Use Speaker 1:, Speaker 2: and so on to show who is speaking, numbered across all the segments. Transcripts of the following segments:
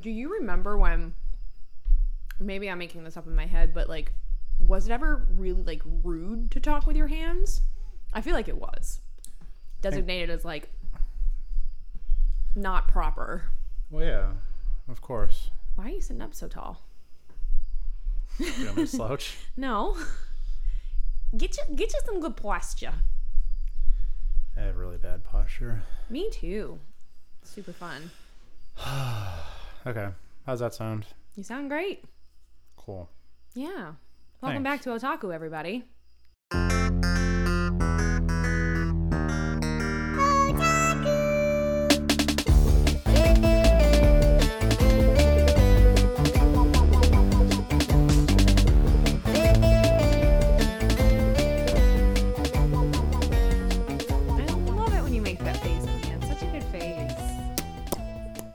Speaker 1: Do you remember when? Maybe I'm making this up in my head, but like, was it ever really like rude to talk with your hands? I feel like it was designated as like not proper.
Speaker 2: Well, yeah, of course.
Speaker 1: Why are you sitting up so tall?
Speaker 2: You want me to slouch?
Speaker 1: No. Get you get you some good posture.
Speaker 2: I have really bad posture.
Speaker 1: Me too. Super fun.
Speaker 2: Okay, how's that sound?
Speaker 1: You sound great.
Speaker 2: Cool.
Speaker 1: Yeah. Welcome
Speaker 2: Thanks.
Speaker 1: back to Otaku, everybody. I love it when you make that face at the end. Such a good face.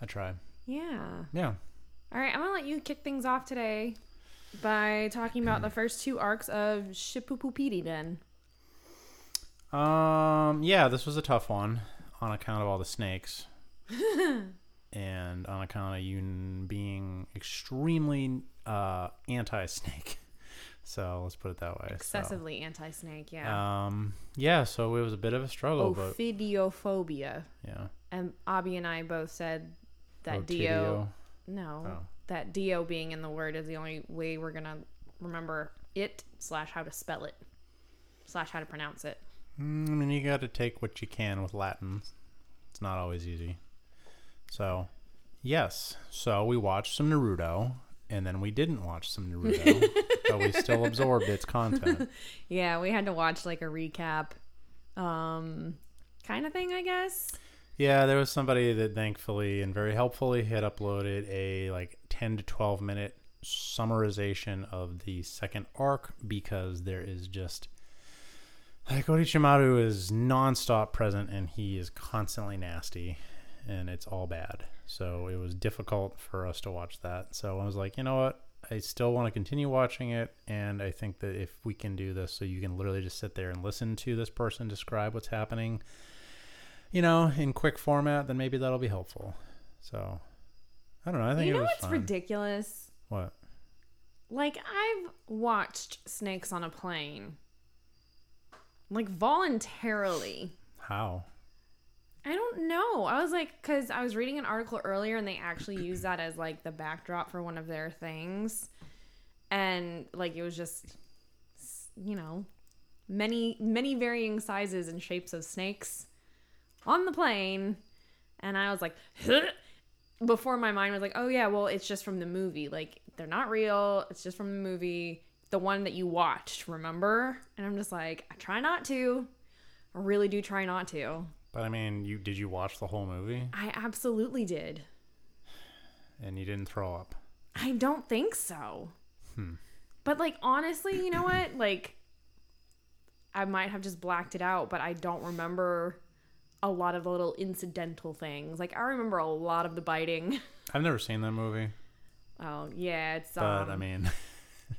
Speaker 2: I try.
Speaker 1: Yeah.
Speaker 2: Yeah.
Speaker 1: All right, I'm gonna let you kick things off today by talking about the first two arcs of Shippupupiri. Then,
Speaker 2: Um. Yeah, this was a tough one on account of all the snakes, and on account of you n- being extremely uh, anti-snake. So let's put it that way. So,
Speaker 1: excessively anti-snake, yeah.
Speaker 2: um. Yeah. So it was a bit of a
Speaker 1: Oh,
Speaker 2: struggle, oh, but
Speaker 1: Ophidiophobia.
Speaker 2: yeah.
Speaker 1: And Abby and I both said that Dio.
Speaker 2: Otidio.
Speaker 1: No,
Speaker 2: Oh.
Speaker 1: that Dio being in the word is the only way we're gonna remember it slash how to spell it slash how to pronounce it.
Speaker 2: Mm, I mean, you got to take what you can with Latin. It's not always easy. So, yes. So we watched some Naruto, and then we didn't watch some Naruto, but we still absorbed its content.
Speaker 1: Yeah, we had to watch like a recap, um, kind of thing, I guess.
Speaker 2: Yeah, there was somebody that thankfully and very helpfully had uploaded a like 10 to 12 minute summarization of the second arc because there is just like Orochimaru is nonstop present and he is constantly nasty and it's all bad. So it was difficult for us to watch that. So I was like, you know what? I still want to continue watching it and I think that if we can do this so you can literally just sit there and listen to this person describe what's happening you know, in quick format, then maybe that'll be helpful. So, I don't know. I think
Speaker 1: You
Speaker 2: it
Speaker 1: know
Speaker 2: was
Speaker 1: what's
Speaker 2: fun.
Speaker 1: ridiculous?
Speaker 2: What?
Speaker 1: Like I've watched Snakes on a Plane. Like voluntarily.
Speaker 2: How?
Speaker 1: I don't know. I was like cuz I was reading an article earlier and they actually used that as like the backdrop for one of their things. And like it was just you know, many many varying sizes and shapes of snakes on the plane. And I was like before my mind was like, "Oh yeah, well it's just from the movie. Like they're not real. It's just from the movie, the one that you watched, remember?" And I'm just like, "I try not to. I really do try not to."
Speaker 2: But I mean, you did you watch the whole movie
Speaker 1: I absolutely did.
Speaker 2: and you didn't throw up?
Speaker 1: I don't think so. But like honestly, you know what? Like I might have just blacked it out, but I don't remember a lot of the little incidental things. Like I remember a lot of the biting.
Speaker 2: I've never seen that movie,
Speaker 1: Oh yeah, it's
Speaker 2: but
Speaker 1: um,
Speaker 2: I mean,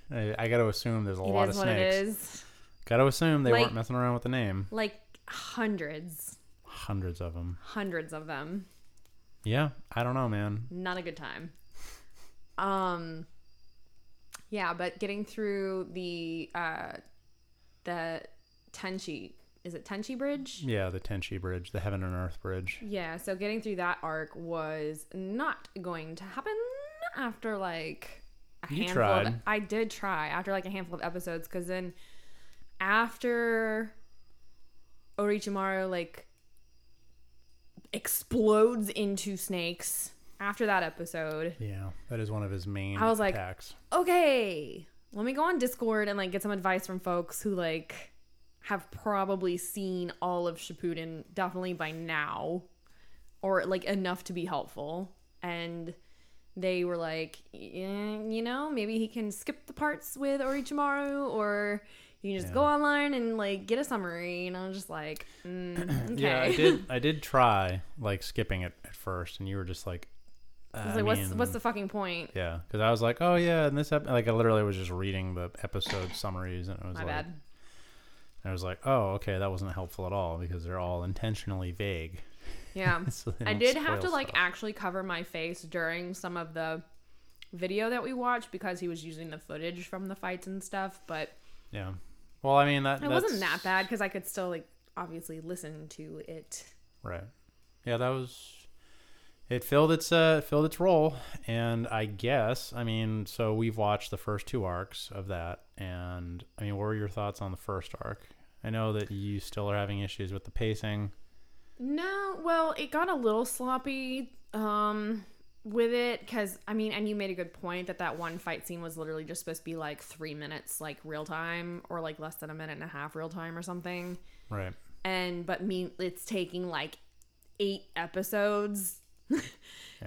Speaker 2: I, I got to assume there's a lot
Speaker 1: it
Speaker 2: of
Speaker 1: is what it
Speaker 2: snakes.
Speaker 1: is.
Speaker 2: Got to assume they
Speaker 1: Like-
Speaker 2: weren't messing around with the name.
Speaker 1: Like hundreds,
Speaker 2: Hundreds of them.
Speaker 1: hundreds of them.
Speaker 2: Yeah, I don't know, man.
Speaker 1: Not a good time. Um, yeah, but getting through the uh, the Tenchi is it Tenchi Bridge?
Speaker 2: Yeah, the Tenchi Bridge, the Heaven and Earth Bridge.
Speaker 1: Yeah, so getting through that arc was not going to happen after like a
Speaker 2: You
Speaker 1: handful of e-
Speaker 2: tried.
Speaker 1: I did try after like a handful of episodes cuz then after Orochimaru like explodes into snakes after that episode.
Speaker 2: Yeah, that is one of his main
Speaker 1: I was like-
Speaker 2: attacks.
Speaker 1: Okay, let me go on Discord and like get some advice from folks who like have probably seen all of Shippuden definitely by now or like enough to be helpful and they were like "Eh, you know maybe he can skip the parts with Orochimaru or you can just go online and like get a summary and I was just like mm, okay
Speaker 2: Yeah, I did. I did try like skipping it at first, and you were just like,
Speaker 1: I was like what's what's the fucking point
Speaker 2: Yeah, because I was like, oh yeah, and this ep-, like I literally was just reading the episode summaries, and it was
Speaker 1: my
Speaker 2: like,
Speaker 1: bad
Speaker 2: I was like, oh okay, that wasn't helpful at all because they're all intentionally vague.
Speaker 1: Yeah.
Speaker 2: So they
Speaker 1: I
Speaker 2: don't
Speaker 1: did have to
Speaker 2: spoil
Speaker 1: like
Speaker 2: stuff.
Speaker 1: actually cover my face during some of the video that we watched because he was using the footage from the fights and stuff, but
Speaker 2: Yeah. Well, I mean that.
Speaker 1: it wasn't that
Speaker 2: that's-
Speaker 1: bad because I could still like obviously listen to it.
Speaker 2: Right. Yeah, that was it filled its uh filled its role and I guess I mean so we've watched the first two arcs of that and I mean what were your thoughts on the first arc? I know that you still are having issues with the pacing.
Speaker 1: No, well, it got a little sloppy um with it because I mean, and you made a good point that that one fight scene was literally just supposed to be like three minutes, like real time, or like less than a minute and a half real time or something.
Speaker 2: Right.
Speaker 1: and but me it's taking like eight episodes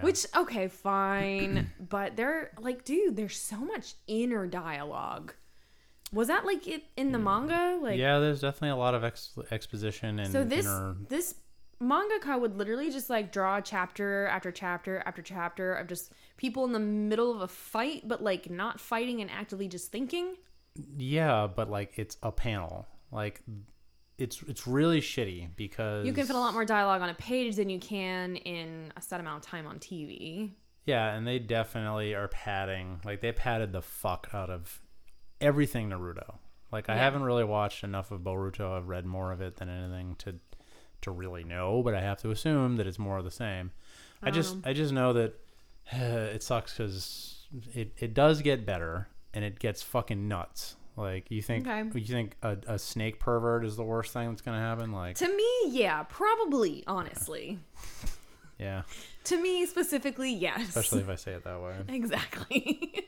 Speaker 1: which okay fine but they're like dude there's so much inner dialogue was that like it in the manga like
Speaker 2: Mm. yeah, there's definitely a lot of ex- exposition and
Speaker 1: so this
Speaker 2: inner-
Speaker 1: this mangaka would literally just like draw chapter after chapter after chapter of just people in the middle of a fight but like not fighting and actively just thinking
Speaker 2: yeah, but like it's a panel. Like it's it's really shitty because
Speaker 1: you can fit a lot more dialogue on a page than you can in a set amount of time on tv
Speaker 2: Yeah, and they definitely are padding. Like they padded the fuck out of everything Naruto. Like I
Speaker 1: Yeah.
Speaker 2: haven't really watched enough of Boruto. I've read more of it than anything to to really know, but I have to assume that it's more of the same. I just
Speaker 1: Um.
Speaker 2: I just know that it sucks because it, it does get better and it gets fucking nuts. Like you think
Speaker 1: Okay.
Speaker 2: you think a, a snake pervert is the worst thing that's gonna happen? Like
Speaker 1: To me, yeah, probably, honestly.
Speaker 2: yeah,
Speaker 1: To me specifically, yes.
Speaker 2: especially if I say it that way.
Speaker 1: Exactly.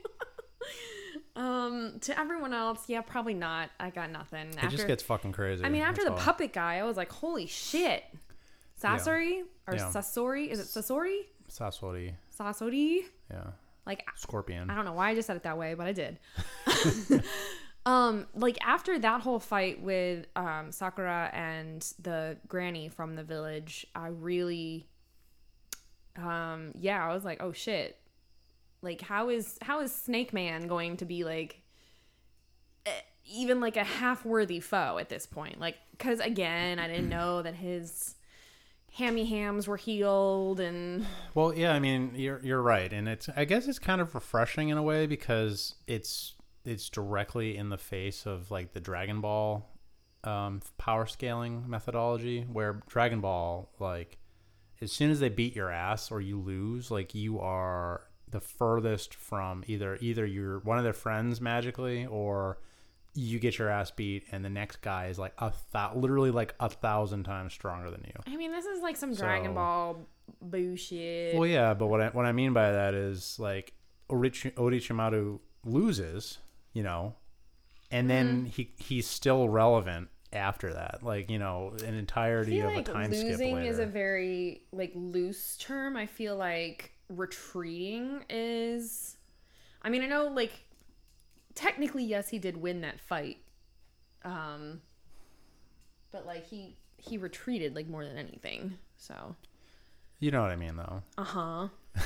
Speaker 1: um, to everyone else, yeah, probably not. I got nothing.
Speaker 2: It just gets fucking crazy.
Speaker 1: I mean, after the
Speaker 2: puppet.
Speaker 1: puppet guy, I was like, holy shit. Sasori or
Speaker 2: Yeah.
Speaker 1: Sasori? Is it Sasori?
Speaker 2: Sasori,
Speaker 1: Sasori?
Speaker 2: yeah.
Speaker 1: Like
Speaker 2: Scorpion.
Speaker 1: I don't know why I just said it that way, but I did. um, like after that whole fight with um, Sakura and the granny from the village, I really, um, yeah, I was like, oh shit, like how is how is Snake Man going to be like eh, even like a half worthy foe at this point? Like, because again, I didn't know that his hammy hams were healed and
Speaker 2: Well, yeah, I mean, you're you're right, and it's I guess it's kind of refreshing in a way because it's it's directly in the face of like the Dragon Ball um, power scaling methodology, where Dragon Ball like as soon as they beat your ass or you lose, like you are the furthest from either either you're one of their friends magically or you get your ass beat and the next guy is like a thou- literally like a thousand times stronger than you.
Speaker 1: I mean, this is like some Dragon
Speaker 2: So-
Speaker 1: Ball bullshit.
Speaker 2: Well, yeah, but what I what I mean by that is like Orich- Orochimaru loses, you know, and
Speaker 1: Mm-hmm.
Speaker 2: then he he's still relevant after that. Like you know, an
Speaker 1: I
Speaker 2: entirety
Speaker 1: feel
Speaker 2: of
Speaker 1: like
Speaker 2: a time skip
Speaker 1: losing
Speaker 2: later.
Speaker 1: is a very like loose term. I feel like retreating is. I mean, I know like technically, yes, he did win that fight, um, but like he he retreated like more than anything. So
Speaker 2: you know what I mean, though.
Speaker 1: uh huh.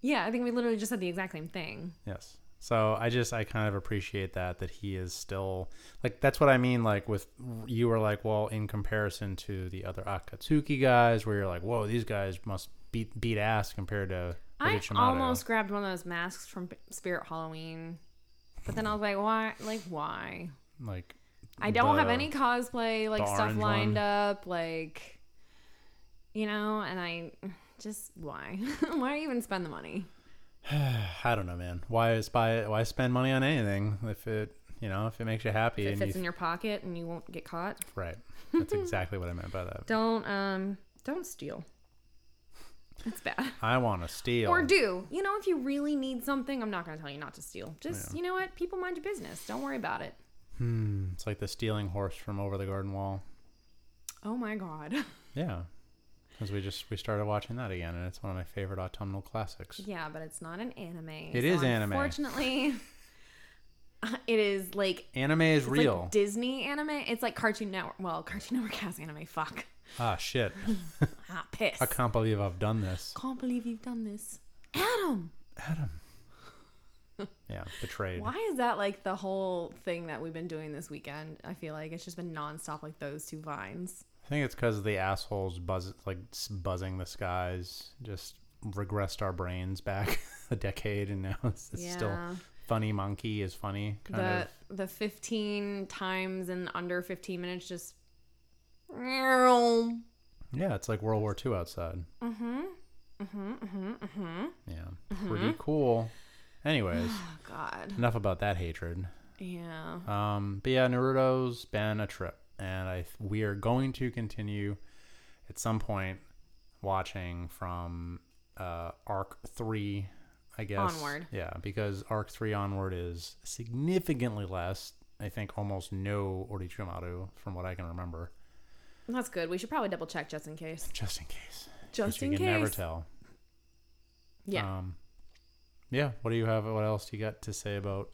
Speaker 1: yeah, I think we literally just said the exact same thing.
Speaker 2: Yes. So I just I kind of appreciate that that he is still like that's what I mean like with you were like well in comparison to the other Akatsuki guys where you're like whoa these guys must beat beat ass compared to
Speaker 1: I
Speaker 2: Orochimaru.
Speaker 1: almost grabbed one of those masks from Spirit Halloween, but then I was like, why? Like, why?
Speaker 2: like
Speaker 1: I don't have
Speaker 2: the-
Speaker 1: any cosplay like
Speaker 2: the
Speaker 1: stuff
Speaker 2: orange
Speaker 1: lined
Speaker 2: one.
Speaker 1: up, like you know, and I just why? why even spend the money?
Speaker 2: I don't know, man. Why spy? Why spend money on anything if it, you know, if it makes you happy
Speaker 1: If it
Speaker 2: and
Speaker 1: fits
Speaker 2: you
Speaker 1: in your pocket and you won't get caught.
Speaker 2: right? That's exactly what I meant by that.
Speaker 1: Don't um don't steal. That's bad.
Speaker 2: I want to steal.
Speaker 1: Or do. You know, if you really need something, I'm not gonna tell you not to steal. Just you know what? People mind your business. Don't worry about it.
Speaker 2: Hmm, it's like the stealing horse from over the garden wall.
Speaker 1: Oh my god.
Speaker 2: Yeah, because we just we started watching that again, and it's one of my favorite autumnal classics.
Speaker 1: yeah, but it's not an anime.
Speaker 2: It is anime.
Speaker 1: Unfortunately, it is like
Speaker 2: Anime is
Speaker 1: It's
Speaker 2: real.
Speaker 1: like Disney anime. It's like Cartoon Network. Well, Cartoon Network has anime. Fuck.
Speaker 2: ah, shit!
Speaker 1: Ah, piss.
Speaker 2: I can't believe I've done this.
Speaker 1: Can't believe you've done this, Adam.
Speaker 2: Yeah, betrayed.
Speaker 1: Why is that like the whole thing that we've been doing this weekend? I feel like it's just been nonstop like those two vines.
Speaker 2: I think it's because the assholes buzz like s- buzzing the skies just regressed our brains back a decade, and now it's, it's
Speaker 1: yeah.
Speaker 2: still funny. Monkey is funny, kind
Speaker 1: the
Speaker 2: of.
Speaker 1: the 15 times in under 15 minutes just mhm
Speaker 2: Yeah, it's like World War II outside.
Speaker 1: mhm mhm mhm
Speaker 2: Yeah, pretty cool. Anyways,
Speaker 1: oh god
Speaker 2: enough about that hatred.
Speaker 1: yeah
Speaker 2: Um, but yeah, Naruto's been a trip, and I we are going to continue at some point watching from uh, arc three, I guess.
Speaker 1: Onward.
Speaker 2: Yeah, because arc three onward is significantly less. I think almost no Orochimaru from what I can remember.
Speaker 1: that's good we should probably double check just in case
Speaker 2: Just in case,
Speaker 1: just
Speaker 2: 'Cause you
Speaker 1: in
Speaker 2: can never
Speaker 1: case
Speaker 2: tell.
Speaker 1: yeah
Speaker 2: Um, yeah. What do you have? What else do you got to say about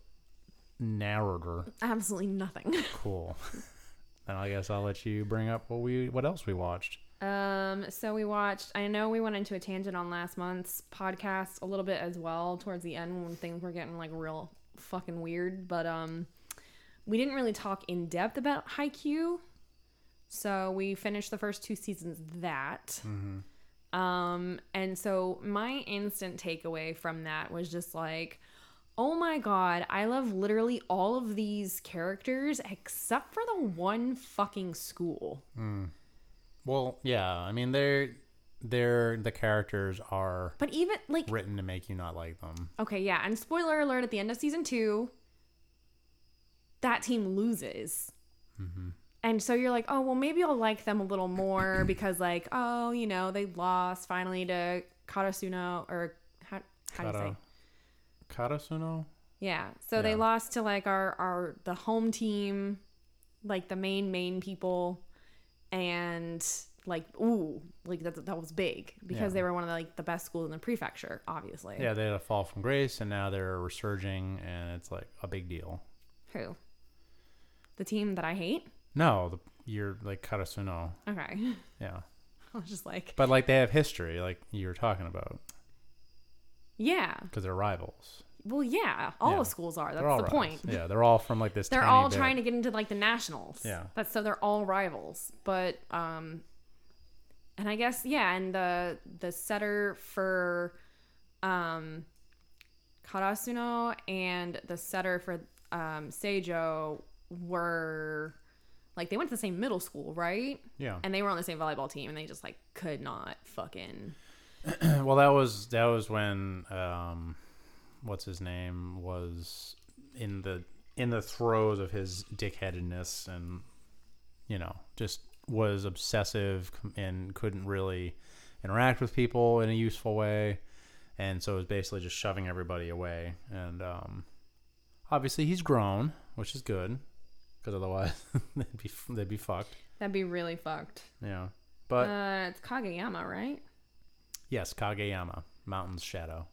Speaker 2: Naruto?
Speaker 1: absolutely nothing
Speaker 2: Cool. then I guess I'll let you bring up what we what else we watched.
Speaker 1: Um, so we watched. I know we went into a tangent on last month's podcast a little bit as well towards the end when things were getting like real fucking weird, but um, we didn't really talk in depth about Haikyuu. So we finished the first two seasons of that. Um, and so my instant takeaway from that was just like, oh my god, I love literally all of these characters except for the one fucking school.
Speaker 2: Well, yeah, I mean they're they're the characters are
Speaker 1: But even like
Speaker 2: written to make you not like them.
Speaker 1: Okay, yeah. And spoiler alert at the end of season two, that team loses.
Speaker 2: Mm-hmm.
Speaker 1: And so you're like, oh, well, maybe I'll like them a little more because, like, oh, you know, they lost finally to Karasuno or how, how do you say?
Speaker 2: Kara, Karasuno?
Speaker 1: Yeah. So
Speaker 2: Yeah.
Speaker 1: they lost to like our, our, the home team, like the main, main people. And like, ooh, like that, that was big because
Speaker 2: Yeah.
Speaker 1: they were one of the, like the best schools in the prefecture, obviously.
Speaker 2: Yeah, they had a fall from grace and now they're resurging and it's like a big deal.
Speaker 1: Who? The team that I hate?
Speaker 2: No, the, you're like Karasuno.
Speaker 1: Okay.
Speaker 2: Yeah.
Speaker 1: I was just like,
Speaker 2: But like they have history like you were talking about
Speaker 1: yeah.
Speaker 2: because they're rivals.
Speaker 1: Well, yeah. All
Speaker 2: Yeah.
Speaker 1: the schools are. That's
Speaker 2: They're all
Speaker 1: the
Speaker 2: rivals.
Speaker 1: point.
Speaker 2: Yeah, they're all from like this
Speaker 1: They're
Speaker 2: tiny
Speaker 1: all
Speaker 2: bit.
Speaker 1: trying to get into like the nationals.
Speaker 2: Yeah.
Speaker 1: That's so they're all rivals. But um and I guess yeah, and the the setter for um Karasuno and the setter for um Seijo were like they went to the same middle school, right?
Speaker 2: Yeah.
Speaker 1: And they were on the same volleyball team and they just like could not fucking
Speaker 2: Well, that was that was when um, what's his name was in the in the throes of his dickheadedness, and you know, just was obsessive and couldn't really interact with people in a useful way, and so was basically just shoving everybody away. And um, obviously, he's grown, which is good, because otherwise they'd be they'd be fucked.
Speaker 1: That'd be really fucked.
Speaker 2: Yeah, but
Speaker 1: uh, it's Kageyama, right?
Speaker 2: Yes, Kageyama, Mountain's Shadow.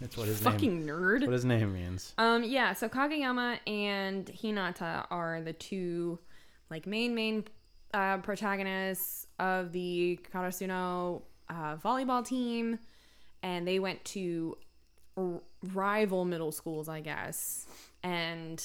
Speaker 2: That's what his name.
Speaker 1: Fucking nerd.
Speaker 2: What his name means.
Speaker 1: Um, yeah. So Kageyama and Hinata are the two, like main main uh, protagonists of the Karasuno uh, volleyball team, and they went to r- rival middle schools, I guess. And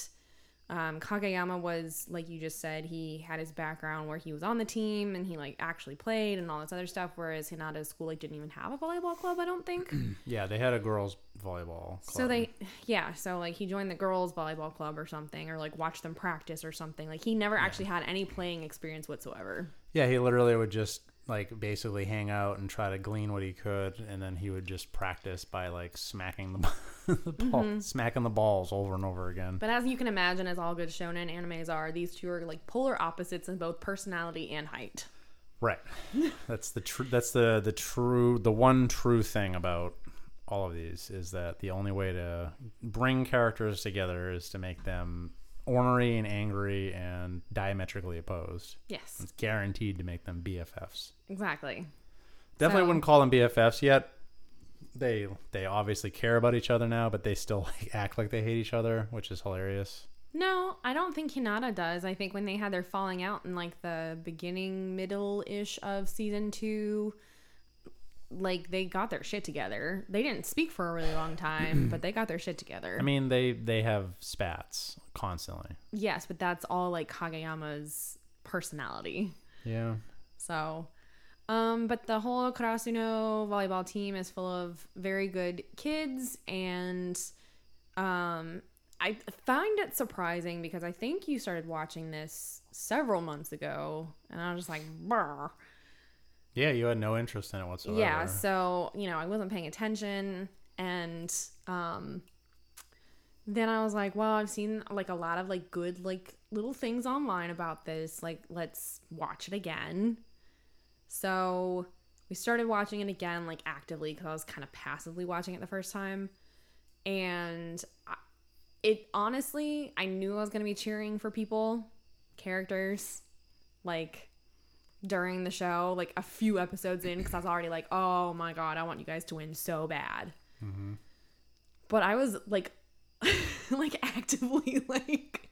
Speaker 1: um, Kageyama was like you just said, he had his background where he was on the team and he like actually played and all this other stuff. Whereas Hinata's school like didn't even have a volleyball club, I don't think.
Speaker 2: Yeah, they had a girls' volleyball. Club.
Speaker 1: So they, yeah. So like he joined the girls' volleyball club or something, or like watched them practice or something. Like he never actually had any playing experience whatsoever.
Speaker 2: Yeah, he literally would just like basically hang out and try to glean what he could, and then he would just practice by like smacking the, b- the ball,
Speaker 1: Mm-hmm.
Speaker 2: smacking the balls over and over again.
Speaker 1: But as you can imagine, as all good shonen animes are, these two are like polar opposites in both personality and height.
Speaker 2: Right. That's the true. That's the the true. The one true thing about all of these is that the only way to bring characters together is to make them ornery and angry and diametrically opposed.
Speaker 1: Yes,
Speaker 2: It's guaranteed to make them BFFs.
Speaker 1: exactly.
Speaker 2: Definitely
Speaker 1: So-
Speaker 2: wouldn't call them BFFs yet. They they obviously care about each other now, but they still like act like they hate each other, which is hilarious.
Speaker 1: No, I don't think Hinata does. I think when they had their falling out in like the beginning, middle ish of season two, like they got their shit together. They didn't speak for a really long time, but they got their shit together.
Speaker 2: I mean, they they have spats constantly.
Speaker 1: Yes, but that's all like Kageyama's personality.
Speaker 2: Yeah.
Speaker 1: So, um, but the whole Karasuno volleyball team is full of very good kids, and um, I find it surprising because I think you started watching this several months ago, and I was just like, Brr.
Speaker 2: Yeah, you had no interest in it whatsoever.
Speaker 1: yeah. So you know, I wasn't paying attention, and um, then I was like, well, I've seen like a lot of like good like little things online about this. Like, let's watch it again. So we started watching it again, like actively, because I was kind of passively watching it the first time. And I, it honestly, I knew I was going to be cheering for people, characters, like during the show, like a few episodes in, because I was already like, oh my God, I want you guys to win so bad.
Speaker 2: Mm-hmm.
Speaker 1: But I was like, like actively like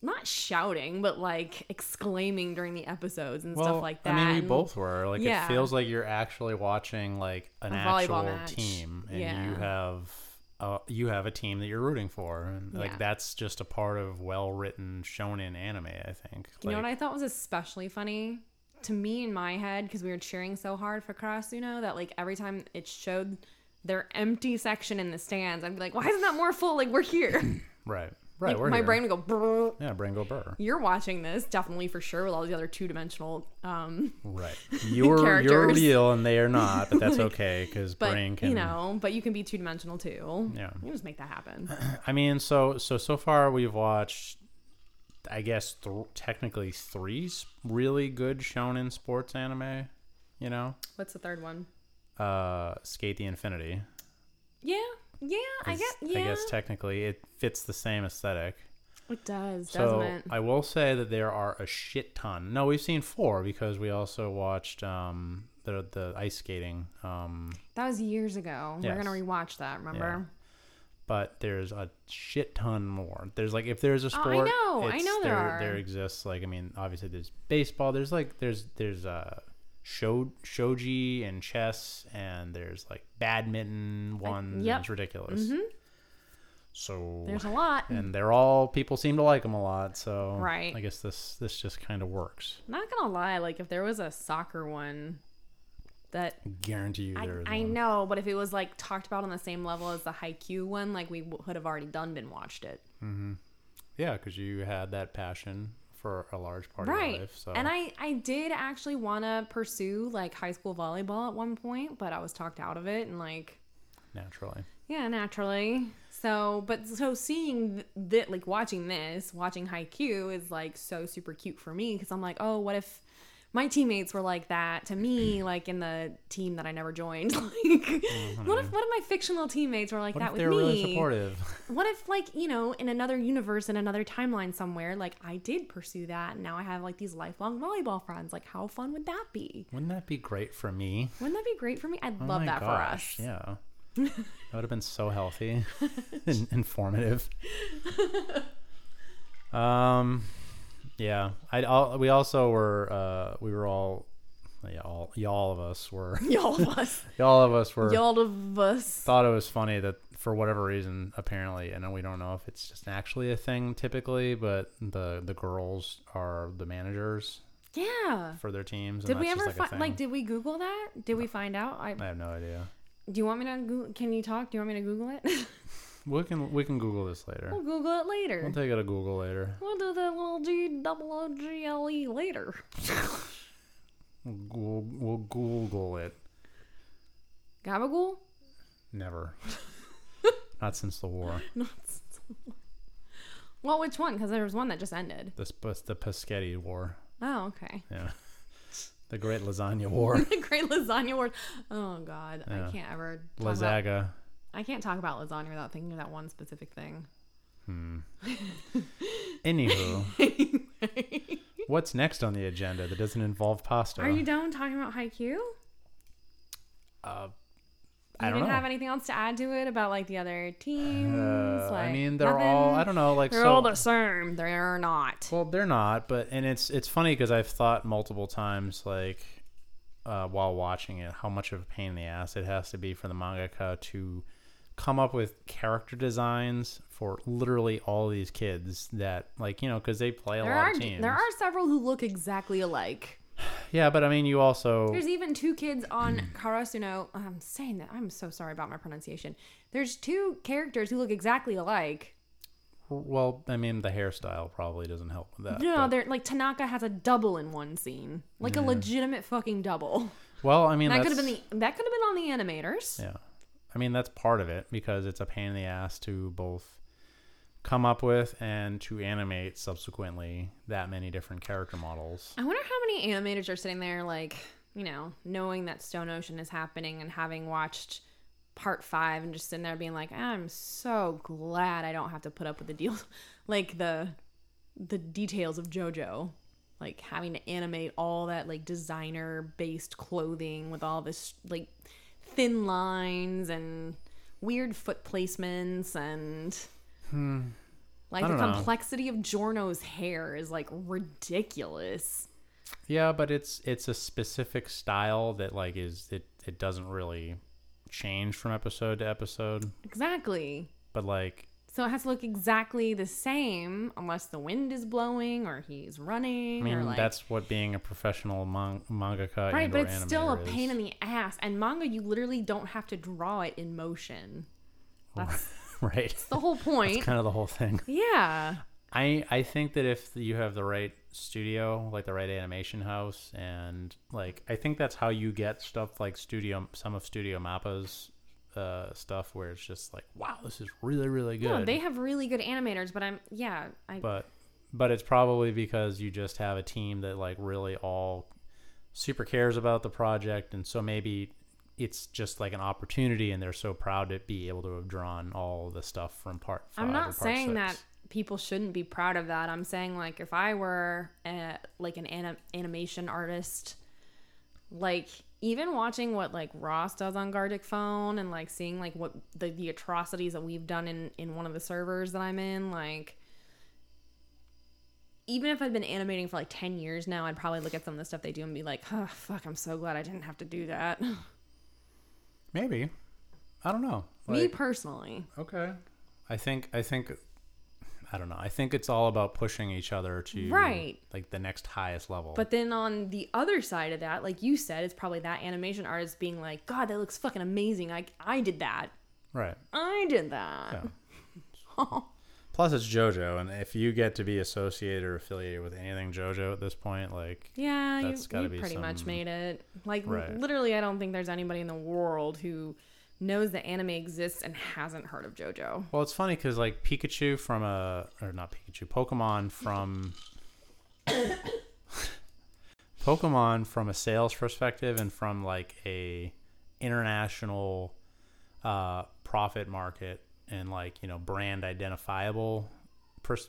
Speaker 1: not shouting but like exclaiming during the episodes and stuff like that
Speaker 2: I mean, we
Speaker 1: and-
Speaker 2: both were. Like,
Speaker 1: Yeah.
Speaker 2: it feels like you're actually watching like an
Speaker 1: A volleyball
Speaker 2: actual
Speaker 1: match.
Speaker 2: team, and you
Speaker 1: Yeah.
Speaker 2: have uh, you have a team that you're rooting for, and like
Speaker 1: Yeah.
Speaker 2: that's just a part of well written shonen anime. I think.
Speaker 1: You know
Speaker 2: Like,
Speaker 1: what I thought was especially funny to me in my head because we were cheering so hard for Karasuno that like every time it showed their empty section in the stands, I'd be like, "Why isn't that more full? Like we're here."
Speaker 2: Right. Right. we're
Speaker 1: my
Speaker 2: here.
Speaker 1: brain would go. "Brrr."
Speaker 2: Yeah, brain go burr.
Speaker 1: You're watching this definitely for sure with all the other two dimensional. Um,
Speaker 2: Right. You're you're
Speaker 1: Characters.
Speaker 2: real, and they are not, but that's okay because
Speaker 1: but
Speaker 2: brain can.
Speaker 1: you know, but you can be two dimensional too.
Speaker 2: Yeah.
Speaker 1: you can just make that happen.
Speaker 2: I mean, so so so far we've watched, I guess, th- technically three s- really good shonen sports anime. You know,
Speaker 1: What's the third one?
Speaker 2: uh, Skate the Infinity.
Speaker 1: Yeah, yeah, I
Speaker 2: is-
Speaker 1: guess. Yeah,
Speaker 2: I guess technically it fits the same aesthetic.
Speaker 1: it does,
Speaker 2: So
Speaker 1: doesn't it?
Speaker 2: I will say that there are a shit ton. No, we've seen four because we also watched um, the the ice skating. Um,
Speaker 1: That was years ago. We're gonna
Speaker 2: Yes.
Speaker 1: rewatch that. Remember?
Speaker 2: but there's a shit ton more. There's like if there's a
Speaker 1: Oh, I
Speaker 2: sport,
Speaker 1: know, I
Speaker 2: it's-
Speaker 1: know there are.
Speaker 2: There exists like I mean, obviously there's baseball. There's like there's there's uh sho shoji and chess and there's like badminton one.
Speaker 1: yep. Mm-hmm.
Speaker 2: It's ridiculous. So
Speaker 1: There's a lot.
Speaker 2: and they're all people seem to like them a lot. So
Speaker 1: Right.
Speaker 2: I guess this this just kind of works.
Speaker 1: Not gonna lie, like if there was a soccer one that
Speaker 2: Guarantee you,
Speaker 1: I,
Speaker 2: there is
Speaker 1: I
Speaker 2: one.
Speaker 1: know, but if it was like talked about on the same level as the Haikyuu one, like we would have already done been watched it.
Speaker 2: Yeah, because you had that passion for a large part of your
Speaker 1: Right.
Speaker 2: life. So
Speaker 1: And I I did actually want to pursue like high school volleyball at one point, but I was talked out of it and like
Speaker 2: naturally.
Speaker 1: yeah, naturally. So, but so seeing that, like watching this, watching Haikyuu is like so super cute for me because I'm like, oh, what if my teammates were like that to me, like in the team that I never joined? Like, what if what if my fictional teammates were like
Speaker 2: Mm-hmm. What
Speaker 1: that
Speaker 2: if
Speaker 1: with
Speaker 2: they're
Speaker 1: me?
Speaker 2: really supportive?
Speaker 1: What if, like, you know, in another universe, in another timeline somewhere, like I did pursue that and now I have like these lifelong volleyball friends? Like, how fun would that be?
Speaker 2: Wouldn't that be great for me?
Speaker 1: Wouldn't that be great for me? I'd love
Speaker 2: Oh my
Speaker 1: that for us.
Speaker 2: Yeah. That would have been so healthy and informative. um yeah, I all, we also were uh we were all yeah, all y'all of us were
Speaker 1: Y'all of us.
Speaker 2: y'all of us were
Speaker 1: Y'all of us.
Speaker 2: thought it was funny that for whatever reason apparently and we don't know if it's just actually a thing typically but the the girls are the managers
Speaker 1: Yeah.
Speaker 2: for their teams and
Speaker 1: Did
Speaker 2: that's
Speaker 1: we
Speaker 2: just
Speaker 1: ever
Speaker 2: like a
Speaker 1: find
Speaker 2: thing.
Speaker 1: like did we Google that? Did we find out? I
Speaker 2: I have no idea.
Speaker 1: do you want me to Google, can you talk? Do you want me to Google it?
Speaker 2: We can we can Google this later.
Speaker 1: we'll Google it
Speaker 2: We'll
Speaker 1: later.
Speaker 2: take it to Google later.
Speaker 1: We'll do the little G double O G L E later.
Speaker 2: We'll, we'll Google it.
Speaker 1: Gabagool?
Speaker 2: Never. Not since the war.
Speaker 1: Well, which one? Because there was one that just ended.
Speaker 2: This was the Paschetti War.
Speaker 1: Oh, okay.
Speaker 2: Yeah. The Great Lasagna War.
Speaker 1: The Great Lasagna Wars. Oh God,
Speaker 2: Yeah.
Speaker 1: I can't ever. Talk about,
Speaker 2: Lazaga.
Speaker 1: I can't talk about lasagna without thinking of that one specific thing.
Speaker 2: Hmm. Anywho. What's next on the agenda that doesn't involve pasta?
Speaker 1: Are you done talking about Haikyuu?
Speaker 2: uh,
Speaker 1: You
Speaker 2: I don't
Speaker 1: didn't
Speaker 2: know.
Speaker 1: have anything else to add to it about like the other teams?
Speaker 2: Uh,
Speaker 1: like,
Speaker 2: I mean, they're all. I
Speaker 1: nothing?
Speaker 2: don't know. Like
Speaker 1: They're
Speaker 2: so,
Speaker 1: all the same. They're not.
Speaker 2: Well, they're not, but and it's it's funny because I've thought multiple times, like uh, while watching it, how much of a pain in the ass it has to be for the mangaka to come up with character designs for literally all these kids that like you know because they play a
Speaker 1: There
Speaker 2: lot
Speaker 1: are
Speaker 2: of teams.
Speaker 1: there are several who look exactly alike.
Speaker 2: Yeah, but I mean you also
Speaker 1: There's even two kids
Speaker 2: Mm.
Speaker 1: on Karasuno. I'm saying that I'm so sorry about my pronunciation. There's two characters who look exactly alike.
Speaker 2: well I mean the hairstyle probably doesn't help with that.
Speaker 1: No,
Speaker 2: but-
Speaker 1: they're like Tanaka has a double in one scene, like a legitimate fucking double.
Speaker 2: well I mean
Speaker 1: That
Speaker 2: that's-
Speaker 1: could have been the that could have been on the animators.
Speaker 2: Yeah. I mean, that's part of it because it's a pain in the ass to both come up with and to animate subsequently that many different character models.
Speaker 1: I wonder how many animators are sitting there, like, you know, knowing that Stone Ocean is happening and having watched part five and just sitting there being like, I'm so glad I don't have to put up with the deal, like the the details of JoJo, like having to animate all that like designer based clothing with all this like thin lines and weird foot placements and like
Speaker 2: Hmm. I
Speaker 1: the
Speaker 2: don't know.
Speaker 1: complexity of Jorno's hair is like ridiculous.
Speaker 2: Yeah, but it's it's a specific style that like is it it doesn't really change from episode to episode,
Speaker 1: Exactly.
Speaker 2: but like
Speaker 1: So it has to look exactly the same unless the wind is blowing or he's running
Speaker 2: I mean,
Speaker 1: or like
Speaker 2: that's what being a professional man- mangaka
Speaker 1: right,
Speaker 2: and
Speaker 1: but
Speaker 2: or
Speaker 1: it's still a
Speaker 2: animator
Speaker 1: pain
Speaker 2: is.
Speaker 1: in the ass. And manga, you literally don't have to draw it in motion. That's
Speaker 2: right.
Speaker 1: the whole point.
Speaker 2: kind of the whole thing.
Speaker 1: yeah.
Speaker 2: I I think that if you have the right studio, like the right animation house, and like I think that's how you get stuff like Studio some of Studio Mappa's uh, stuff, where it's just like, wow, this is really really good.
Speaker 1: No, they have really good animators, but I'm yeah, I
Speaker 2: but but it's probably because you just have a team that like really all super cares about the project, and so maybe it's just like an opportunity, and they're so proud to be able to have drawn all the stuff from part. Five
Speaker 1: I'm
Speaker 2: or
Speaker 1: not
Speaker 2: part
Speaker 1: saying
Speaker 2: six.
Speaker 1: that people shouldn't be proud of that. I'm saying like if I were a, like an anim- animation artist, like even watching what like Ross does on Gardic Phone and like seeing like what the, the atrocities that we've done in in one of the servers that I'm in, like even if I'd been animating for like 10 years now, I'd probably look at some of the stuff they do and be like, oh, fuck, I'm so glad I didn't have to do that.
Speaker 2: maybe. I don't know.
Speaker 1: Me
Speaker 2: Like-
Speaker 1: personally.
Speaker 2: Okay. I think I think I don't know. I think it's all about pushing each other to
Speaker 1: Right.
Speaker 2: like the next highest level.
Speaker 1: But then on the other side of that, like you said, it's probably that animation artist being like, "God, that looks fucking amazing! I I did that.
Speaker 2: right.
Speaker 1: I did that."
Speaker 2: Plus it's JoJo and if you get to be associated or affiliated with anything JoJo at this point like
Speaker 1: Yeah,
Speaker 2: That's
Speaker 1: you,
Speaker 2: gotta
Speaker 1: you
Speaker 2: be
Speaker 1: pretty much
Speaker 2: some-
Speaker 1: made it. Like l-
Speaker 2: Right.
Speaker 1: literally, I don't think there's anybody in the world who knows that anime exists and hasn't heard of JoJo.
Speaker 2: well it's funny cuz like Pikachu from a or not Pikachu Pokemon from Pokemon from a sales perspective and from like a international uh, profit market and like you know brand identifiable pers-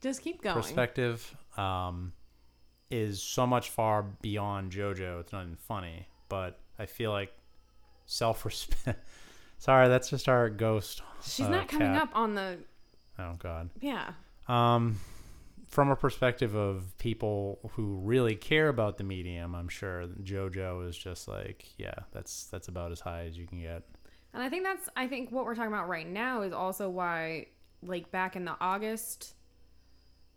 Speaker 1: Just keep going.
Speaker 2: perspective um, is so much far beyond JoJo. It's not even funny, but I feel like self respect. Sorry, that's just our ghost.
Speaker 1: She's
Speaker 2: uh,
Speaker 1: not coming
Speaker 2: cat.
Speaker 1: up on the
Speaker 2: Oh God.
Speaker 1: yeah.
Speaker 2: Um, from a perspective of people who really care about the medium, I'm sure JoJo is just like, yeah, that's that's about as high as you can get.
Speaker 1: And I think that's I think what we're talking about right now is also why like back in the August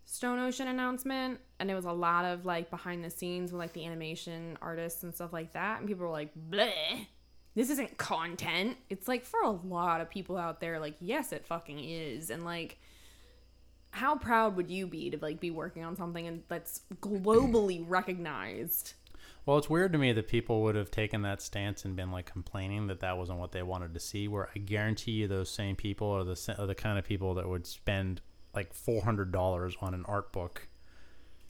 Speaker 1: Stone Ocean announcement and it was a lot of like behind the scenes with like the animation artists and stuff like that and people were like bleh this isn't content. It's like for a lot of people out there like yes it fucking is and like how proud would you be to like be working on something and that's globally recognized?
Speaker 2: Well, it's weird to me that people would have taken that stance and been like complaining that that wasn't what they wanted to see. Where I guarantee you, those same people are the sa- are the kind of people that would spend like four hundred dollars on an art book,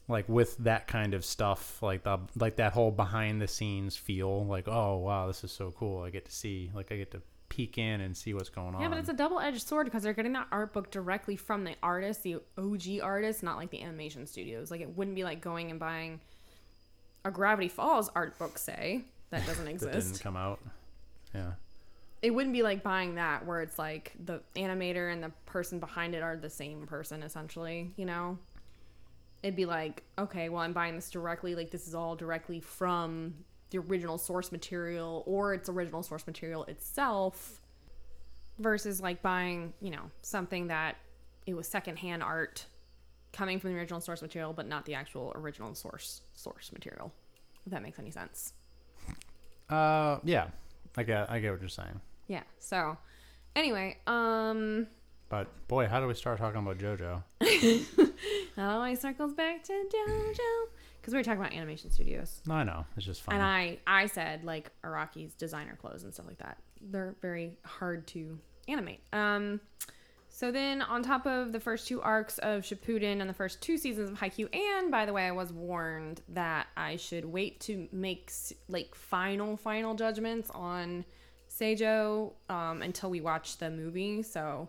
Speaker 2: like with that kind of stuff, like the like that whole behind the scenes feel. Like, oh wow, this is so cool. I get to see, like, I get to peek in and see what's going on.
Speaker 1: Yeah, but it's a double edged sword because they're getting that art book directly from the artist, the OG artist, not like the animation studios. Like it wouldn't be like going and buying a Gravity Falls art book, say that doesn't
Speaker 2: that didn't
Speaker 1: exist.
Speaker 2: come out. Yeah.
Speaker 1: it wouldn't be like buying that where it's like the animator and the person behind it are the same person essentially. You know, it'd be like okay, well I'm buying this directly. Like this is all directly from the original source material or its original source material itself. versus like buying, you know, something that it was secondhand art coming from the original source material, but not the actual original source source material. If that makes any sense.
Speaker 2: Uh, yeah, I get I get what you're saying.
Speaker 1: Yeah. So, anyway, um,
Speaker 2: But boy, how do we start talking about JoJo?
Speaker 1: that always circles back to JoJo because we were talking about animation studios,
Speaker 2: No, I know it's just fun.
Speaker 1: and I I said like Araki's designer clothes and stuff like that. They're very hard to animate. Um. So then, on top of the first two arcs of Shippuden and the first two seasons of Haikyuu, and by the way, I was warned that I should wait to make s- like final final judgments on Seijo um, until we watch the movie. So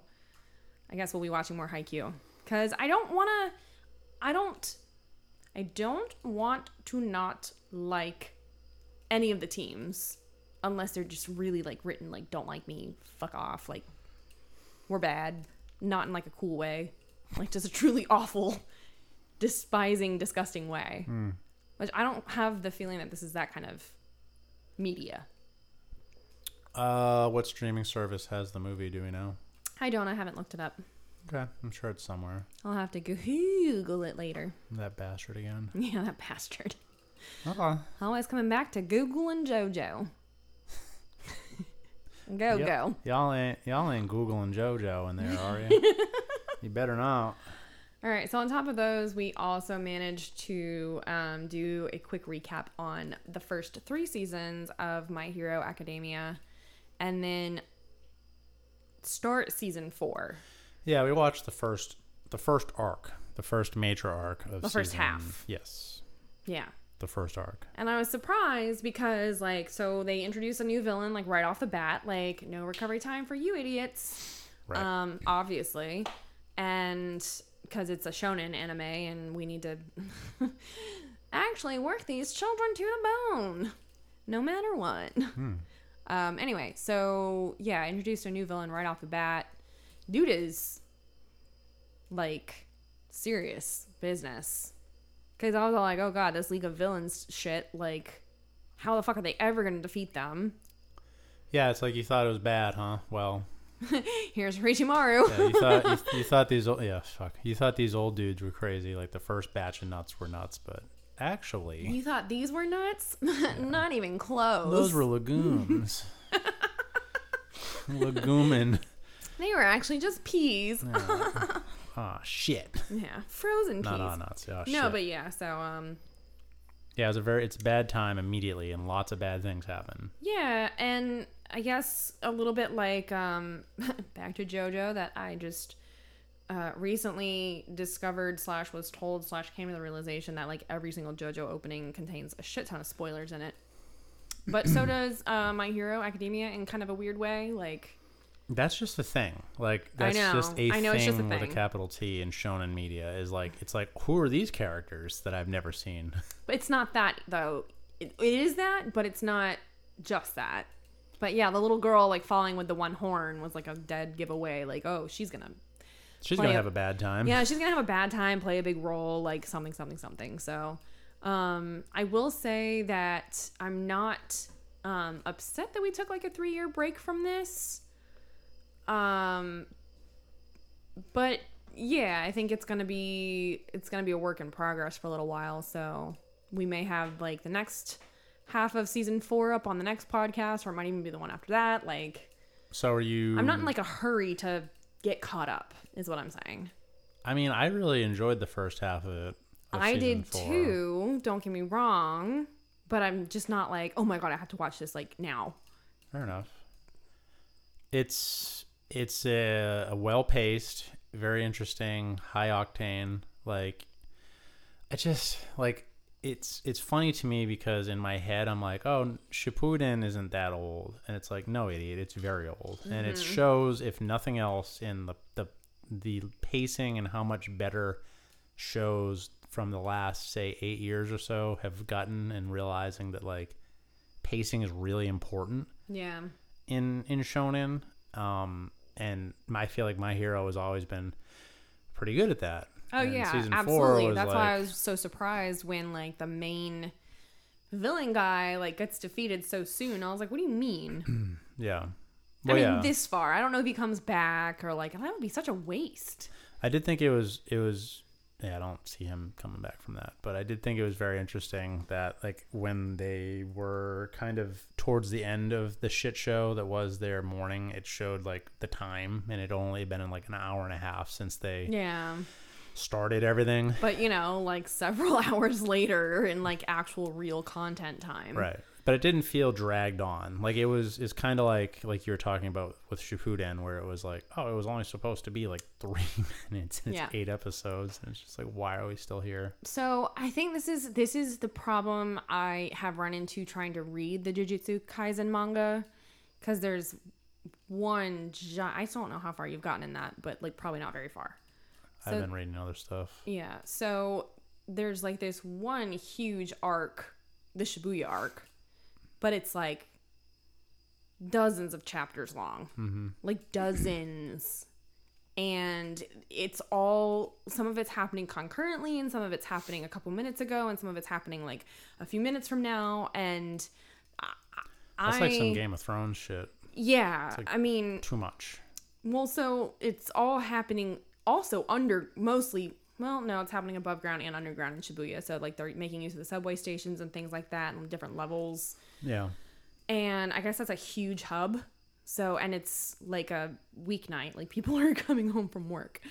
Speaker 1: I guess we'll be watching more Haikyuu because I don't want to. I don't. I don't want to not like any of the teams unless they're just really like written like don't like me, fuck off, like we're bad, not in like a cool way, like just a truly awful, despising, disgusting way. Which I don't have the feeling that this is that kind of media.
Speaker 2: Uh, what streaming service has the movie? Do we know?
Speaker 1: I don't. I haven't looked it up.
Speaker 2: Okay, I'm sure it's somewhere.
Speaker 1: I'll have to Google it later.
Speaker 2: That bastard again.
Speaker 1: Yeah, that bastard.
Speaker 2: Okay.
Speaker 1: Always coming back to Google and JoJo. go
Speaker 2: Yep.
Speaker 1: go.
Speaker 2: Y'all ain't y'all ain't googling JoJo in there, are you? you better not.
Speaker 1: All right. So on top of those, we also managed to um, do a quick recap on the first three seasons of My Hero Academia, and then start season four.
Speaker 2: Yeah, we watched the first the first arc, the first major arc of
Speaker 1: The first
Speaker 2: season-
Speaker 1: half.
Speaker 2: Yes,
Speaker 1: Yeah.
Speaker 2: the first arc.
Speaker 1: And I was surprised because, like, so they introduced a new villain, like, right off the bat, like, no recovery time for you idiots.
Speaker 2: Right.
Speaker 1: Um, obviously. And because it's a shonen anime and we need to actually work these children to the bone, no matter what. Um, anyway, so yeah, introduced a new villain right off the bat. Dude is like serious business. Because I was all like, oh god, this League of Villains shit, like, how the fuck are they ever going to defeat them?
Speaker 2: Yeah, it's like you thought it was bad, huh? Well,
Speaker 1: Here's Richimaru.
Speaker 2: yeah, you thought you, you thought these old yeah fuck you thought these old dudes were crazy. Like the first batch of nuts were nuts, but actually
Speaker 1: You thought these were nuts? Not even close.
Speaker 2: those were legumes. Legumin.
Speaker 1: they were actually just peas. Yeah,
Speaker 2: Ah shit.
Speaker 1: frozen peas.
Speaker 2: Not on nuts. Oh,
Speaker 1: no,
Speaker 2: shit.
Speaker 1: but yeah, so, um,
Speaker 2: yeah, it's a very it's a bad time immediately, and lots of bad things happen.
Speaker 1: Yeah, and I guess a little bit like um, back to JoJo that I just uh, recently discovered slash was told slash came to the realization that like every single JoJo opening contains a shit ton of spoilers in it. But so does uh, My Hero Academia in kind of a weird way. Like,
Speaker 2: That's just a thing. Like
Speaker 1: I
Speaker 2: that's just
Speaker 1: know.
Speaker 2: a
Speaker 1: I know
Speaker 2: thing
Speaker 1: it's just a
Speaker 2: with a
Speaker 1: thing.
Speaker 2: capital T in shonen media is like it's like who are these characters that I've never seen?
Speaker 1: but it's not that though. It, it is that, but it's not just that. But yeah, the little girl like falling with the one horn was like a dead giveaway. Like, oh, she's gonna
Speaker 2: She's
Speaker 1: Well,
Speaker 2: gonna
Speaker 1: yeah.
Speaker 2: have a bad time.
Speaker 1: yeah she's gonna have a bad time play a big role like something something something so um i will say that i'm not um upset that we took like a three year break from this um but yeah i think it's gonna be it's gonna be a work in progress for a little while so we may have like the next half of season four up on the next podcast or it might even be the one after that like
Speaker 2: So are you?
Speaker 1: i'm not in like a hurry to get caught up is what i'm saying
Speaker 2: I mean, I really enjoyed the first half of it. of
Speaker 1: I
Speaker 2: season
Speaker 1: did
Speaker 2: four.
Speaker 1: too. Don't get me wrong, but I'm just not like, oh my god, I have to watch this like now.
Speaker 2: Fair enough. It's it's a, a well paced, very interesting, high octane. Like, I just like it's it's funny to me because in my head I'm like, oh, Shippuden isn't that old, and it's like, no, idiot, it's very old, and it shows if nothing else in the the the pacing and how much better shows from the last say eight years or so have gotten and realizing that like pacing is really important
Speaker 1: Yeah,
Speaker 2: in in shonen um and my- i feel like my hero has always been pretty good at that
Speaker 1: Oh
Speaker 2: And
Speaker 1: yeah,
Speaker 2: season four
Speaker 1: absolutely.
Speaker 2: was
Speaker 1: That's why I
Speaker 2: like-
Speaker 1: was so surprised when like the main villain guy like gets defeated so soon. I was like, what do you mean?
Speaker 2: yeah
Speaker 1: I
Speaker 2: Well,
Speaker 1: mean,
Speaker 2: yeah.
Speaker 1: this far. I don't know if he comes back or like that would be such a waste.
Speaker 2: I did think it was it was yeah, I don't see him coming back from that. But I did think it was very interesting that like when they were kind of towards the end of the shit show that was their morning, it showed like the time and it only been in like an hour and a half since they
Speaker 1: Yeah,
Speaker 2: started everything.
Speaker 1: but you know, like several hours later in like actual real content time.
Speaker 2: Right. But it didn't feel dragged on. Like it was it's kinda like like you were talking about with Shippuden where it was like, Oh, it was only supposed to be like three minutes and it's
Speaker 1: Yeah.
Speaker 2: eight episodes and it's just like why are we still here?
Speaker 1: So I think this is this is the problem I have run into trying to read the Jujutsu Kaisen manga because there's one. Gi- I still don't know how far you've gotten in that, but like probably not very far. So-
Speaker 2: I've been reading other stuff.
Speaker 1: Yeah. So there's like this one huge arc, the Shibuya arc, but it's like dozens of chapters long. Mm-hmm. Like dozens. And it's all, some of it's happening concurrently, and some of it's happening a couple minutes ago, and some of it's happening like a few minutes from now. And I,
Speaker 2: That's like
Speaker 1: I-
Speaker 2: some Game of Thrones shit.
Speaker 1: yeah, I mean,
Speaker 2: Too much.
Speaker 1: well, so it's all happening also under mostly. Well, no, it's happening above ground and underground in Shibuya. So like they're making use of the subway stations and things like that and different levels.
Speaker 2: Yeah.
Speaker 1: And I guess that's a huge hub. So and it's like a weeknight, like people are coming home from work.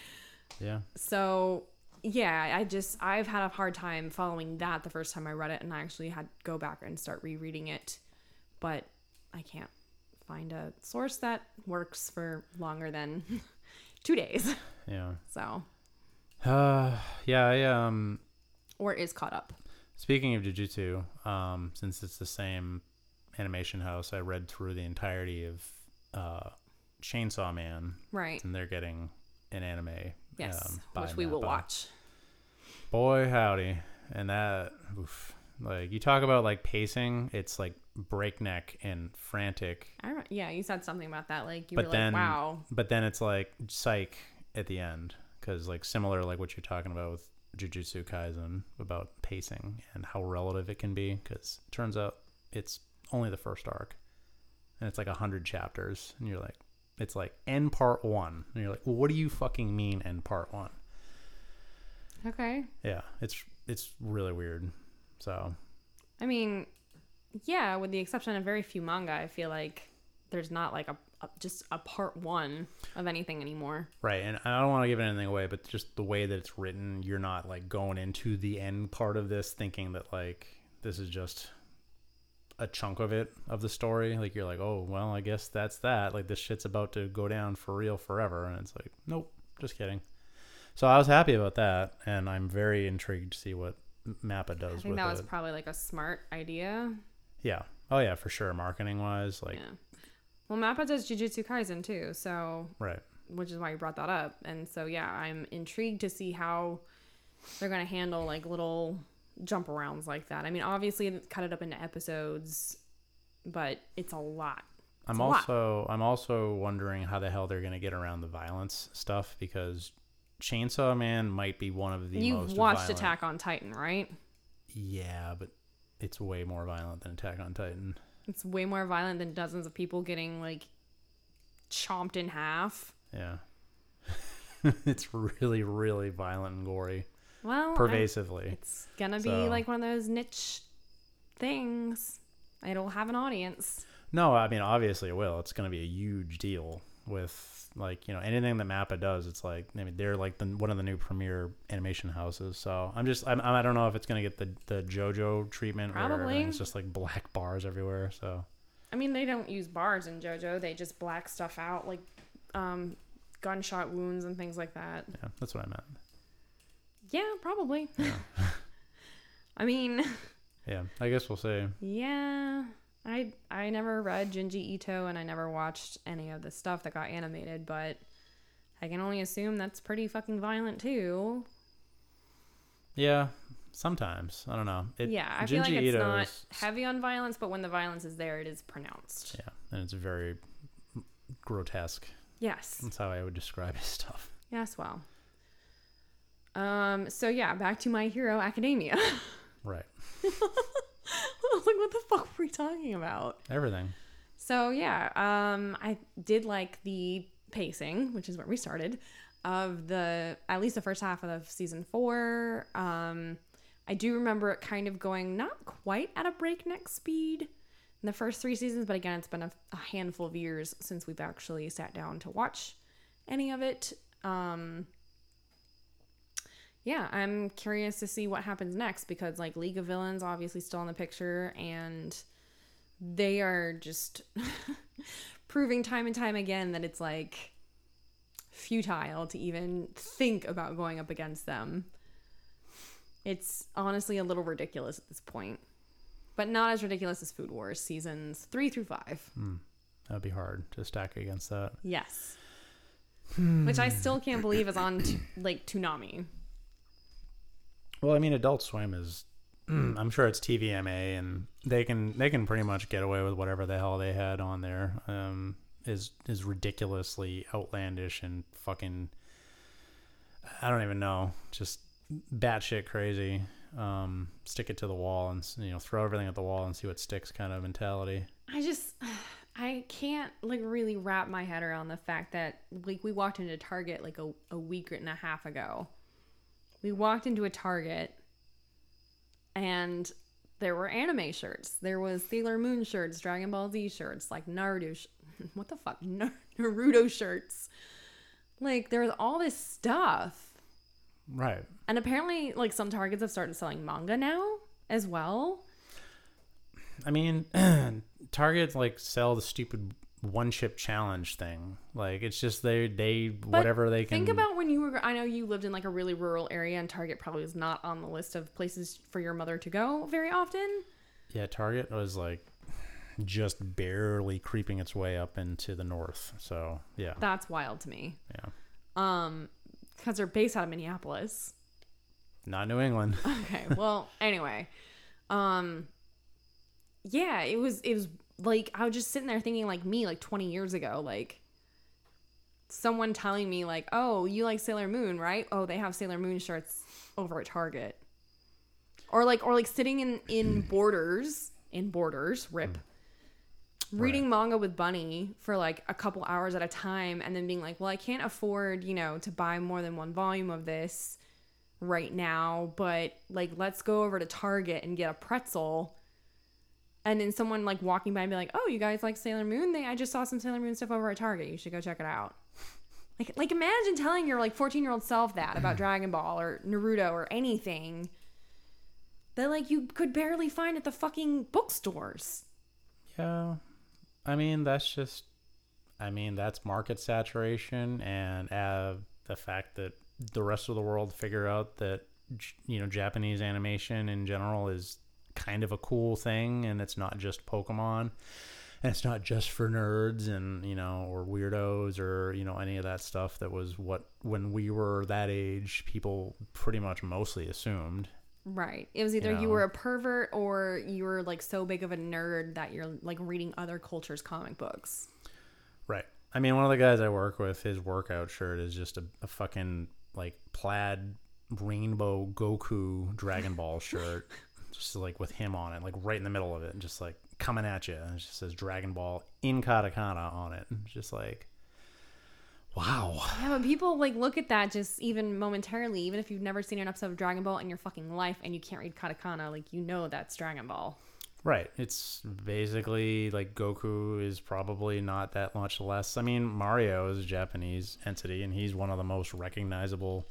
Speaker 2: Yeah.
Speaker 1: So yeah, I just I've had a hard time following that the first time I read it, and I actually had to go back and start rereading it, but I can't find a source that works for longer than two days.
Speaker 2: Yeah.
Speaker 1: So
Speaker 2: Uh, yeah. I, um,
Speaker 1: or is caught up.
Speaker 2: speaking of Jujutsu, um, since it's the same animation house, I read through the entirety of uh, Chainsaw Man,
Speaker 1: Right.
Speaker 2: and they're getting an anime.
Speaker 1: Yes.
Speaker 2: um, by
Speaker 1: which we will
Speaker 2: Mappa.
Speaker 1: watch.
Speaker 2: Boy, howdy. And that, oof. Like, you talk about, like, pacing, it's, like, breakneck and frantic.
Speaker 1: I don't, yeah, you said something about that. Like you
Speaker 2: But
Speaker 1: were
Speaker 2: then-
Speaker 1: like, wow.
Speaker 2: but then it's like psych at the end because like similar like what you're talking about with jujutsu kaisen about pacing and how relative it can be because turns out it's only the first arc and it's like 100 chapters and you're like it's like end part one and you're like well, what do you fucking mean end part one
Speaker 1: Okay.
Speaker 2: yeah it's it's really weird so
Speaker 1: I mean, yeah, with the exception of very few manga, I feel like there's not like a, a just a part one of anything anymore.
Speaker 2: Right, and I don't want to give anything away, but just the way that it's written, you're not like going into the end part of this thinking that like this is just a chunk of it of the story. Like you're like, oh well, I guess that's that. Like this shit's about to go down for real forever, and it's like, nope, just kidding. So I was happy about that, and I'm very intrigued to see what M- Mappa
Speaker 1: I
Speaker 2: does
Speaker 1: think
Speaker 2: with
Speaker 1: that
Speaker 2: it.
Speaker 1: was probably like a smart idea.
Speaker 2: yeah. Oh yeah, for sure. Marketing wise, like
Speaker 1: yeah. Well, Mappa does Jujutsu Kaisen too, so
Speaker 2: right.
Speaker 1: which is why you brought that up. And so yeah, I'm intrigued to see how they're going to handle like little jump arounds like that. I mean, obviously cut it up into episodes, but it's a lot.
Speaker 2: I'm
Speaker 1: a lot.
Speaker 2: also I'm also wondering how the hell they're gonna get around the violence stuff because Chainsaw Man might be one of the
Speaker 1: You've
Speaker 2: most
Speaker 1: watched
Speaker 2: violent-
Speaker 1: Attack on Titan, right?
Speaker 2: Yeah, but it's way more violent than Attack on Titan.
Speaker 1: It's way more violent than dozens of people getting like chomped in half.
Speaker 2: Yeah, it's really really violent and gory
Speaker 1: Well, I-
Speaker 2: pervasively.
Speaker 1: it's gonna be
Speaker 2: So-
Speaker 1: like one of those niche things. It'll have an audience.
Speaker 2: No, I mean obviously it will. It's gonna be a huge deal with like you know anything that Mappa does. It's like I mean they're like the, one of the new premier animation houses. So I'm just I'm, I don't know if it's gonna get the the JoJo treatment. Where
Speaker 1: Probably.
Speaker 2: everything's just like black bars everywhere. So
Speaker 1: I mean, they don't use bars in JoJo. They just black stuff out, like um, gunshot wounds and things like that.
Speaker 2: yeah, that's what I meant.
Speaker 1: Yeah, probably. I mean,
Speaker 2: Yeah, I guess we'll see.
Speaker 1: yeah. I I never read Junji Ito and I never watched any of the stuff that got animated, but I can only assume that's pretty fucking violent too.
Speaker 2: Yeah, sometimes I don't know. It,
Speaker 1: yeah, I feel like
Speaker 2: Junji
Speaker 1: it's not
Speaker 2: Ito's-
Speaker 1: heavy on violence, but when the violence is there, it is pronounced.
Speaker 2: Yeah, and it's very grotesque.
Speaker 1: Yes.
Speaker 2: That's how I would describe his stuff.
Speaker 1: Yes, well. Um, so yeah, back to my hero academia.
Speaker 2: Right,
Speaker 1: I was like, what the fuck were we talking about?
Speaker 2: everything.
Speaker 1: So yeah, um, I did like the pacing, which is where we started, of the at least the first half of season four. Um, I do remember it kind of going not quite at a breakneck speed in the first three seasons, but again, it's been a, a handful of years since we've actually sat down to watch any of it. Um, yeah, I'm curious to see what happens next because like League of Villains obviously still in the picture and they are just proving time and time again that it's like futile to even think about going up against them. It's honestly a little ridiculous at this point, but not as ridiculous as Food Wars seasons three through five.
Speaker 2: That'd Hmm. be hard to stack against that.
Speaker 1: Yes. Which I still can't believe is on t- like Toonami.
Speaker 2: Well, I mean, Adult Swim is. I'm sure it's TVMA, and they can they can pretty much get away with whatever the hell they had on there. Um, is is ridiculously outlandish and fucking. I don't even know, just batshit crazy. Um, stick it to the wall and s- you know throw everything at the wall and see what sticks kind of mentality.
Speaker 1: I just I can't like really wrap my head around the fact that like we walked into Target like a, a week and a half ago. We walked into a Target and there were anime shirts. There was Sailor Moon shirts, Dragon Ball Z shirts, like Naruto sh- what the fuck? Nar- Naruto shirts. Like there was all this stuff.
Speaker 2: Right.
Speaker 1: And apparently like some Targets have started selling manga now as well.
Speaker 2: I mean, Target like sell the stupid one chip challenge thing. Like it's just they they whatever they can
Speaker 1: Think about when you were. I know you lived in like a really rural area, and Target probably was not on the list of places for your mother to go very often.
Speaker 2: Yeah, Target was like just barely creeping its way up into the north. So yeah,
Speaker 1: That's wild to me.
Speaker 2: yeah,
Speaker 1: Um, because they're based out of Minneapolis.
Speaker 2: not New England.
Speaker 1: Okay. Well, anyway, um, yeah, it was. It was like I was just sitting there thinking, like me, like twenty years ago, like someone telling me, like, oh, you like Sailor Moon, right? Oh, they have Sailor Moon shirts over at Target. or like or like sitting in in borders in borders rip reading manga with bunny for like a couple hours at a time and then being like well i can't afford you know to buy more than one volume of this right now but like let's go over to target and get a pretzel and then someone like walking by and be like oh you guys like sailor moon they i just saw some sailor moon stuff over at target you should go check it out like like imagine telling your like 14 year old self that about dragon ball or naruto or anything that like you could barely find at the fucking bookstores.
Speaker 2: Yeah, I mean that's just, I mean that's market saturation and uh, the fact that the rest of the world figure out that J- you know Japanese animation in general is kind of a cool thing and it's not just Pokemon. And it's not just for nerds and you know or weirdos or you know any of that stuff that was what when we were that age people pretty much mostly assumed
Speaker 1: Right. It was either
Speaker 2: You
Speaker 1: you
Speaker 2: know.
Speaker 1: were a pervert or you were like so big of a nerd that you're like reading other cultures' comic books.
Speaker 2: Right. I mean, one of the guys I work with, his workout shirt is just a, a fucking like plaid rainbow Goku Dragon Ball shirt, just like with him on it, like right in the middle of it, and just like coming at you. And it just says Dragon Ball in katakana on it. It's just like, wow.
Speaker 1: Yeah, but people like look at that just even momentarily, even if you've never seen an episode of Dragon Ball in your fucking life and you can't read katakana, like you know that's Dragon Ball.
Speaker 2: Right. It's basically like Goku is probably not that much less. I mean, Mario is a Japanese entity, and he's one of the most recognizable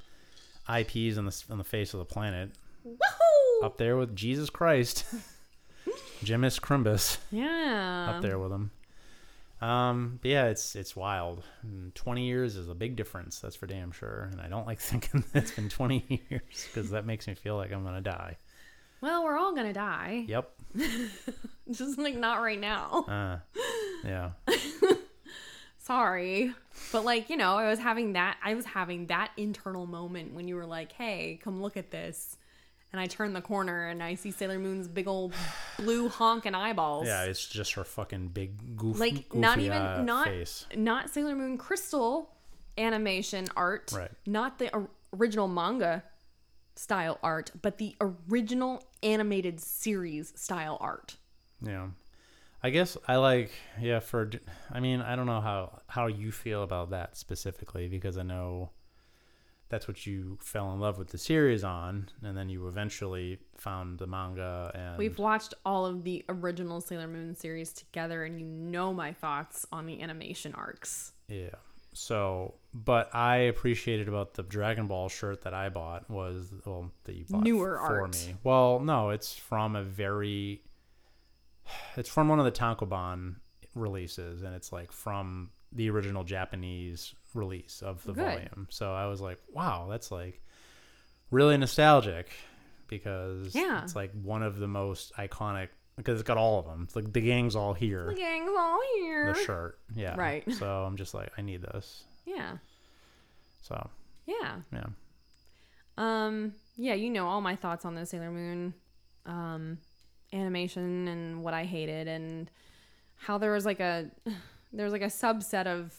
Speaker 2: IPs on the s- on the face of the planet.
Speaker 1: Woohoo!
Speaker 2: up there with Jesus Christ, Jimis Crimbus
Speaker 1: yeah.
Speaker 2: up there with him. Um, but yeah, it's it's wild. And Twenty years is a big difference. That's for damn sure. And I don't like thinking that it's been twenty years because that makes me feel like I'm gonna die.
Speaker 1: Well, we're all gonna die.
Speaker 2: Yep.
Speaker 1: Just like not right now.
Speaker 2: Uh, yeah.
Speaker 1: sorry but like you know i was having that i was having that internal moment when you were like hey come look at this and i turn the corner and i see sailor moon's big old blue honking eyeballs
Speaker 2: Yeah. It's just her fucking big goof.
Speaker 1: Like,
Speaker 2: goofy,
Speaker 1: not even-
Speaker 2: uh,
Speaker 1: not-
Speaker 2: face.
Speaker 1: not sailor moon crystal animation art
Speaker 2: Right.
Speaker 1: not the or- original manga style art but the original animated series style art
Speaker 2: Yeah. I guess I like yeah for I mean I don't know how how you feel about that specifically because I know that's what you fell in love with the series on and then you eventually found the manga and
Speaker 1: We've watched all of the original Sailor Moon series together, and you know my thoughts on the animation arcs.
Speaker 2: yeah. So, but I appreciated about the Dragon Ball shirt that I bought was well that you bought
Speaker 1: Newer
Speaker 2: f- for
Speaker 1: art.
Speaker 2: me. Well, no, it's from a very it's from one of the Tankobon releases and it's like from the original Japanese release of the
Speaker 1: Good.
Speaker 2: volume. So I was like, wow, that's like really nostalgic because
Speaker 1: Yeah.
Speaker 2: it's like one of the most iconic because it's got all of them. It's like the gang's all here.
Speaker 1: The gang's all here.
Speaker 2: the shirt. Yeah.
Speaker 1: Right.
Speaker 2: So I'm just like, I need this.
Speaker 1: Yeah.
Speaker 2: So
Speaker 1: Yeah.
Speaker 2: yeah.
Speaker 1: Um, yeah, you know all my thoughts on the Sailor Moon um, animation and what I hated and how there was like a there was like a subset of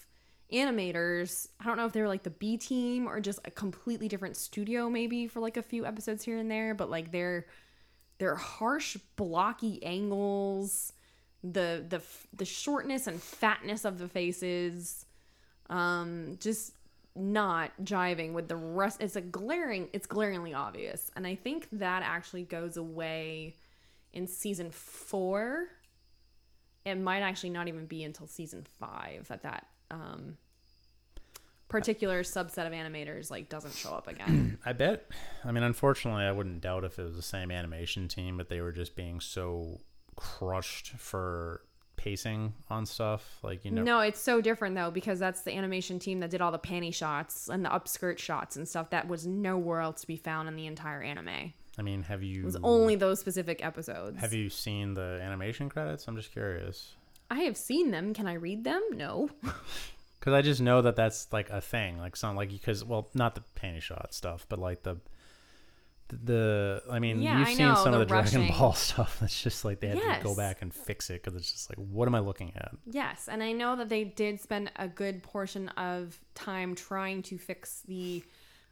Speaker 1: animators. I don't know if they were like the B team or just a completely different studio maybe for like a few episodes here and there, but like their their harsh blocky angles, the the f- the shortness and fatness of the faces um just not jiving with the rest it's a glaring it's glaringly obvious and i think that actually goes away in season four it might actually not even be until season five that that um particular subset of animators like doesn't show up again
Speaker 2: I bet. I mean, unfortunately, I wouldn't doubt if it was the same animation team, but they were just being so crushed for pacing on stuff. Like you know,
Speaker 1: no it's so different though because that's the animation team that did all the panty shots and the upskirt shots and stuff that was nowhere else to be found in the entire anime it
Speaker 2: I mean, have you
Speaker 1: was only those specific episodes
Speaker 2: have you seen the animation credits? I'm just curious
Speaker 1: I have seen them. Can I read them? No.
Speaker 2: because I just know that that's like a thing. Like some like because well, not the panty shot stuff, but like the. The I mean,
Speaker 1: Yeah,
Speaker 2: you've
Speaker 1: I
Speaker 2: seen
Speaker 1: know,
Speaker 2: some of
Speaker 1: the
Speaker 2: the Dragon
Speaker 1: rushing.
Speaker 2: Ball stuff. That's just like they had to go
Speaker 1: Yes.
Speaker 2: back and fix it because it's just like, what am I looking at?
Speaker 1: Yes, and I know that they did spend a good portion of time trying to fix the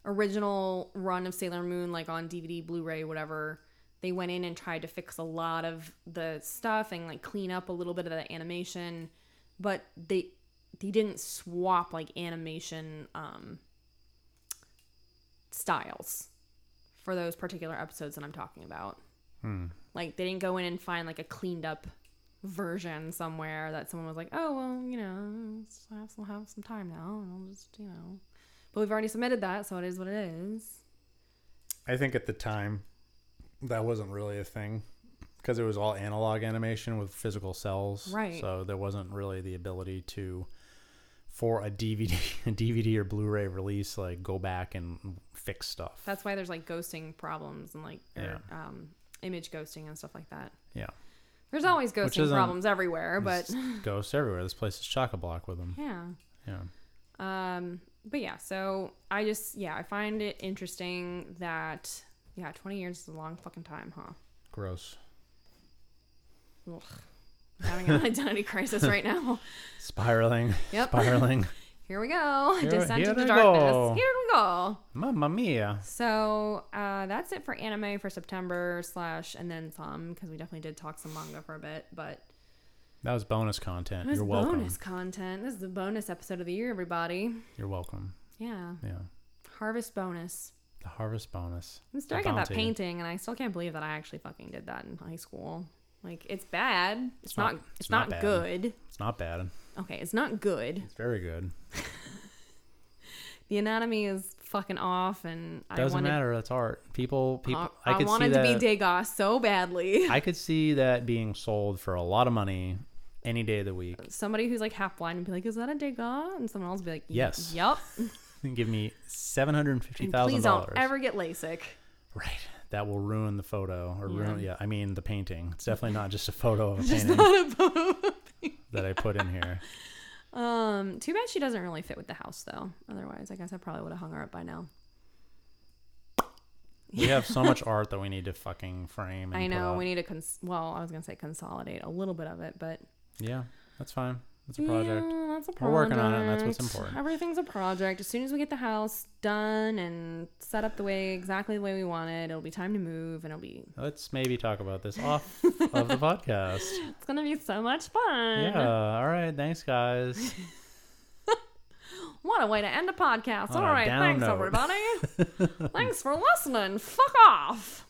Speaker 1: original run of Sailor Moon, like on DVD, Blu ray, whatever. They went in and tried to fix a lot of the stuff and like clean up a little bit of the animation, but they they didn't swap like animation um, styles for those particular episodes that I'm talking about. Like they didn't go in and find like a cleaned up version somewhere that someone was like, "Oh well, you know, it's- I have some, have some time now, and I'll just you know." But we've already submitted that, so it is what it is.
Speaker 2: I think at the time that wasn't really a thing because it was all analog animation with physical cells.
Speaker 1: Right.
Speaker 2: So there wasn't really the ability to for a DVD a DVD or Blu-ray release like go back and fix stuff.
Speaker 1: That's why there's like ghosting problems and like or,
Speaker 2: Yeah.
Speaker 1: um, image ghosting and stuff like that.
Speaker 2: yeah.
Speaker 1: There's always ghosting
Speaker 2: isn't-
Speaker 1: problems everywhere, but
Speaker 2: There's ghosts everywhere. This place is chock a block with them.
Speaker 1: yeah.
Speaker 2: Yeah.
Speaker 1: Um, but yeah, so I just yeah, I find it interesting that yeah, 20 years is a long fucking time, huh?
Speaker 2: Gross.
Speaker 1: Ugh. I'm having an identity crisis right now.
Speaker 2: Spiraling.
Speaker 1: Yep.
Speaker 2: Spiraling.
Speaker 1: Here we go.
Speaker 2: Here-
Speaker 1: Descent
Speaker 2: here
Speaker 1: into
Speaker 2: we
Speaker 1: darkness.
Speaker 2: go.
Speaker 1: Here we go.
Speaker 2: Mamma mia.
Speaker 1: So uh, that's it for anime for September slash and then some because we definitely did talk some manga for a bit, but
Speaker 2: That was bonus content.
Speaker 1: this
Speaker 2: You're
Speaker 1: is
Speaker 2: welcome.
Speaker 1: bonus content. This is the bonus episode of the year, everybody.
Speaker 2: You're welcome.
Speaker 1: Yeah,
Speaker 2: Yeah.
Speaker 1: harvest bonus.
Speaker 2: The harvest bonus.
Speaker 1: I'm
Speaker 2: The
Speaker 1: staring at that
Speaker 2: bounty.
Speaker 1: painting, and I still can't believe that I actually fucking did that in high school. Like it's bad. It's, not, It's, not,
Speaker 2: bad.
Speaker 1: good.
Speaker 2: It's not bad.
Speaker 1: Okay, it's not good.
Speaker 2: It's very good.
Speaker 1: The anatomy is fucking off, and I
Speaker 2: Doesn't
Speaker 1: wanted.
Speaker 2: matter. That's art. People, people.
Speaker 1: I,
Speaker 2: I,
Speaker 1: I
Speaker 2: could see
Speaker 1: wanted to
Speaker 2: that.
Speaker 1: be Degas so badly.
Speaker 2: I could see that being sold for a lot of money any day of the week.
Speaker 1: somebody who's like half blind and be like, "Is that a Degas?" And someone else would be like,
Speaker 2: Yes.
Speaker 1: yep."
Speaker 2: Give me seven hundred and fifty
Speaker 1: And
Speaker 2: thousand
Speaker 1: please don't
Speaker 2: dollars.
Speaker 1: ever get LASIK.
Speaker 2: Right. That will ruin the photo, or
Speaker 1: Yeah.
Speaker 2: ruin. Yeah, I mean the painting. It's definitely not just a photo of a
Speaker 1: Just
Speaker 2: painting
Speaker 1: not a boob.
Speaker 2: that I put in here.
Speaker 1: Um, too bad she doesn't really fit with the house though. Otherwise, I guess I probably would have hung her up by now.
Speaker 2: We have so much art that we need to fucking frame. And
Speaker 1: I
Speaker 2: put
Speaker 1: know
Speaker 2: up.
Speaker 1: we need to cons. Well, I was gonna say consolidate a little bit of it, but
Speaker 2: Yeah, that's fine. That's a project.
Speaker 1: Yeah, that's a project.
Speaker 2: We're working on it, and that's what's important.
Speaker 1: Everything's a project. As soon as we get the house done and set up the way exactly the way we want it, it'll be time to move, and it'll be
Speaker 2: Let's maybe talk about this off of the podcast.
Speaker 1: it's gonna be so much fun.
Speaker 2: Yeah. All right. Thanks, guys.
Speaker 1: What a way to end a podcast.
Speaker 2: On
Speaker 1: All
Speaker 2: a
Speaker 1: right,
Speaker 2: down
Speaker 1: thanks
Speaker 2: note.
Speaker 1: everybody. thanks for listening. Fuck off.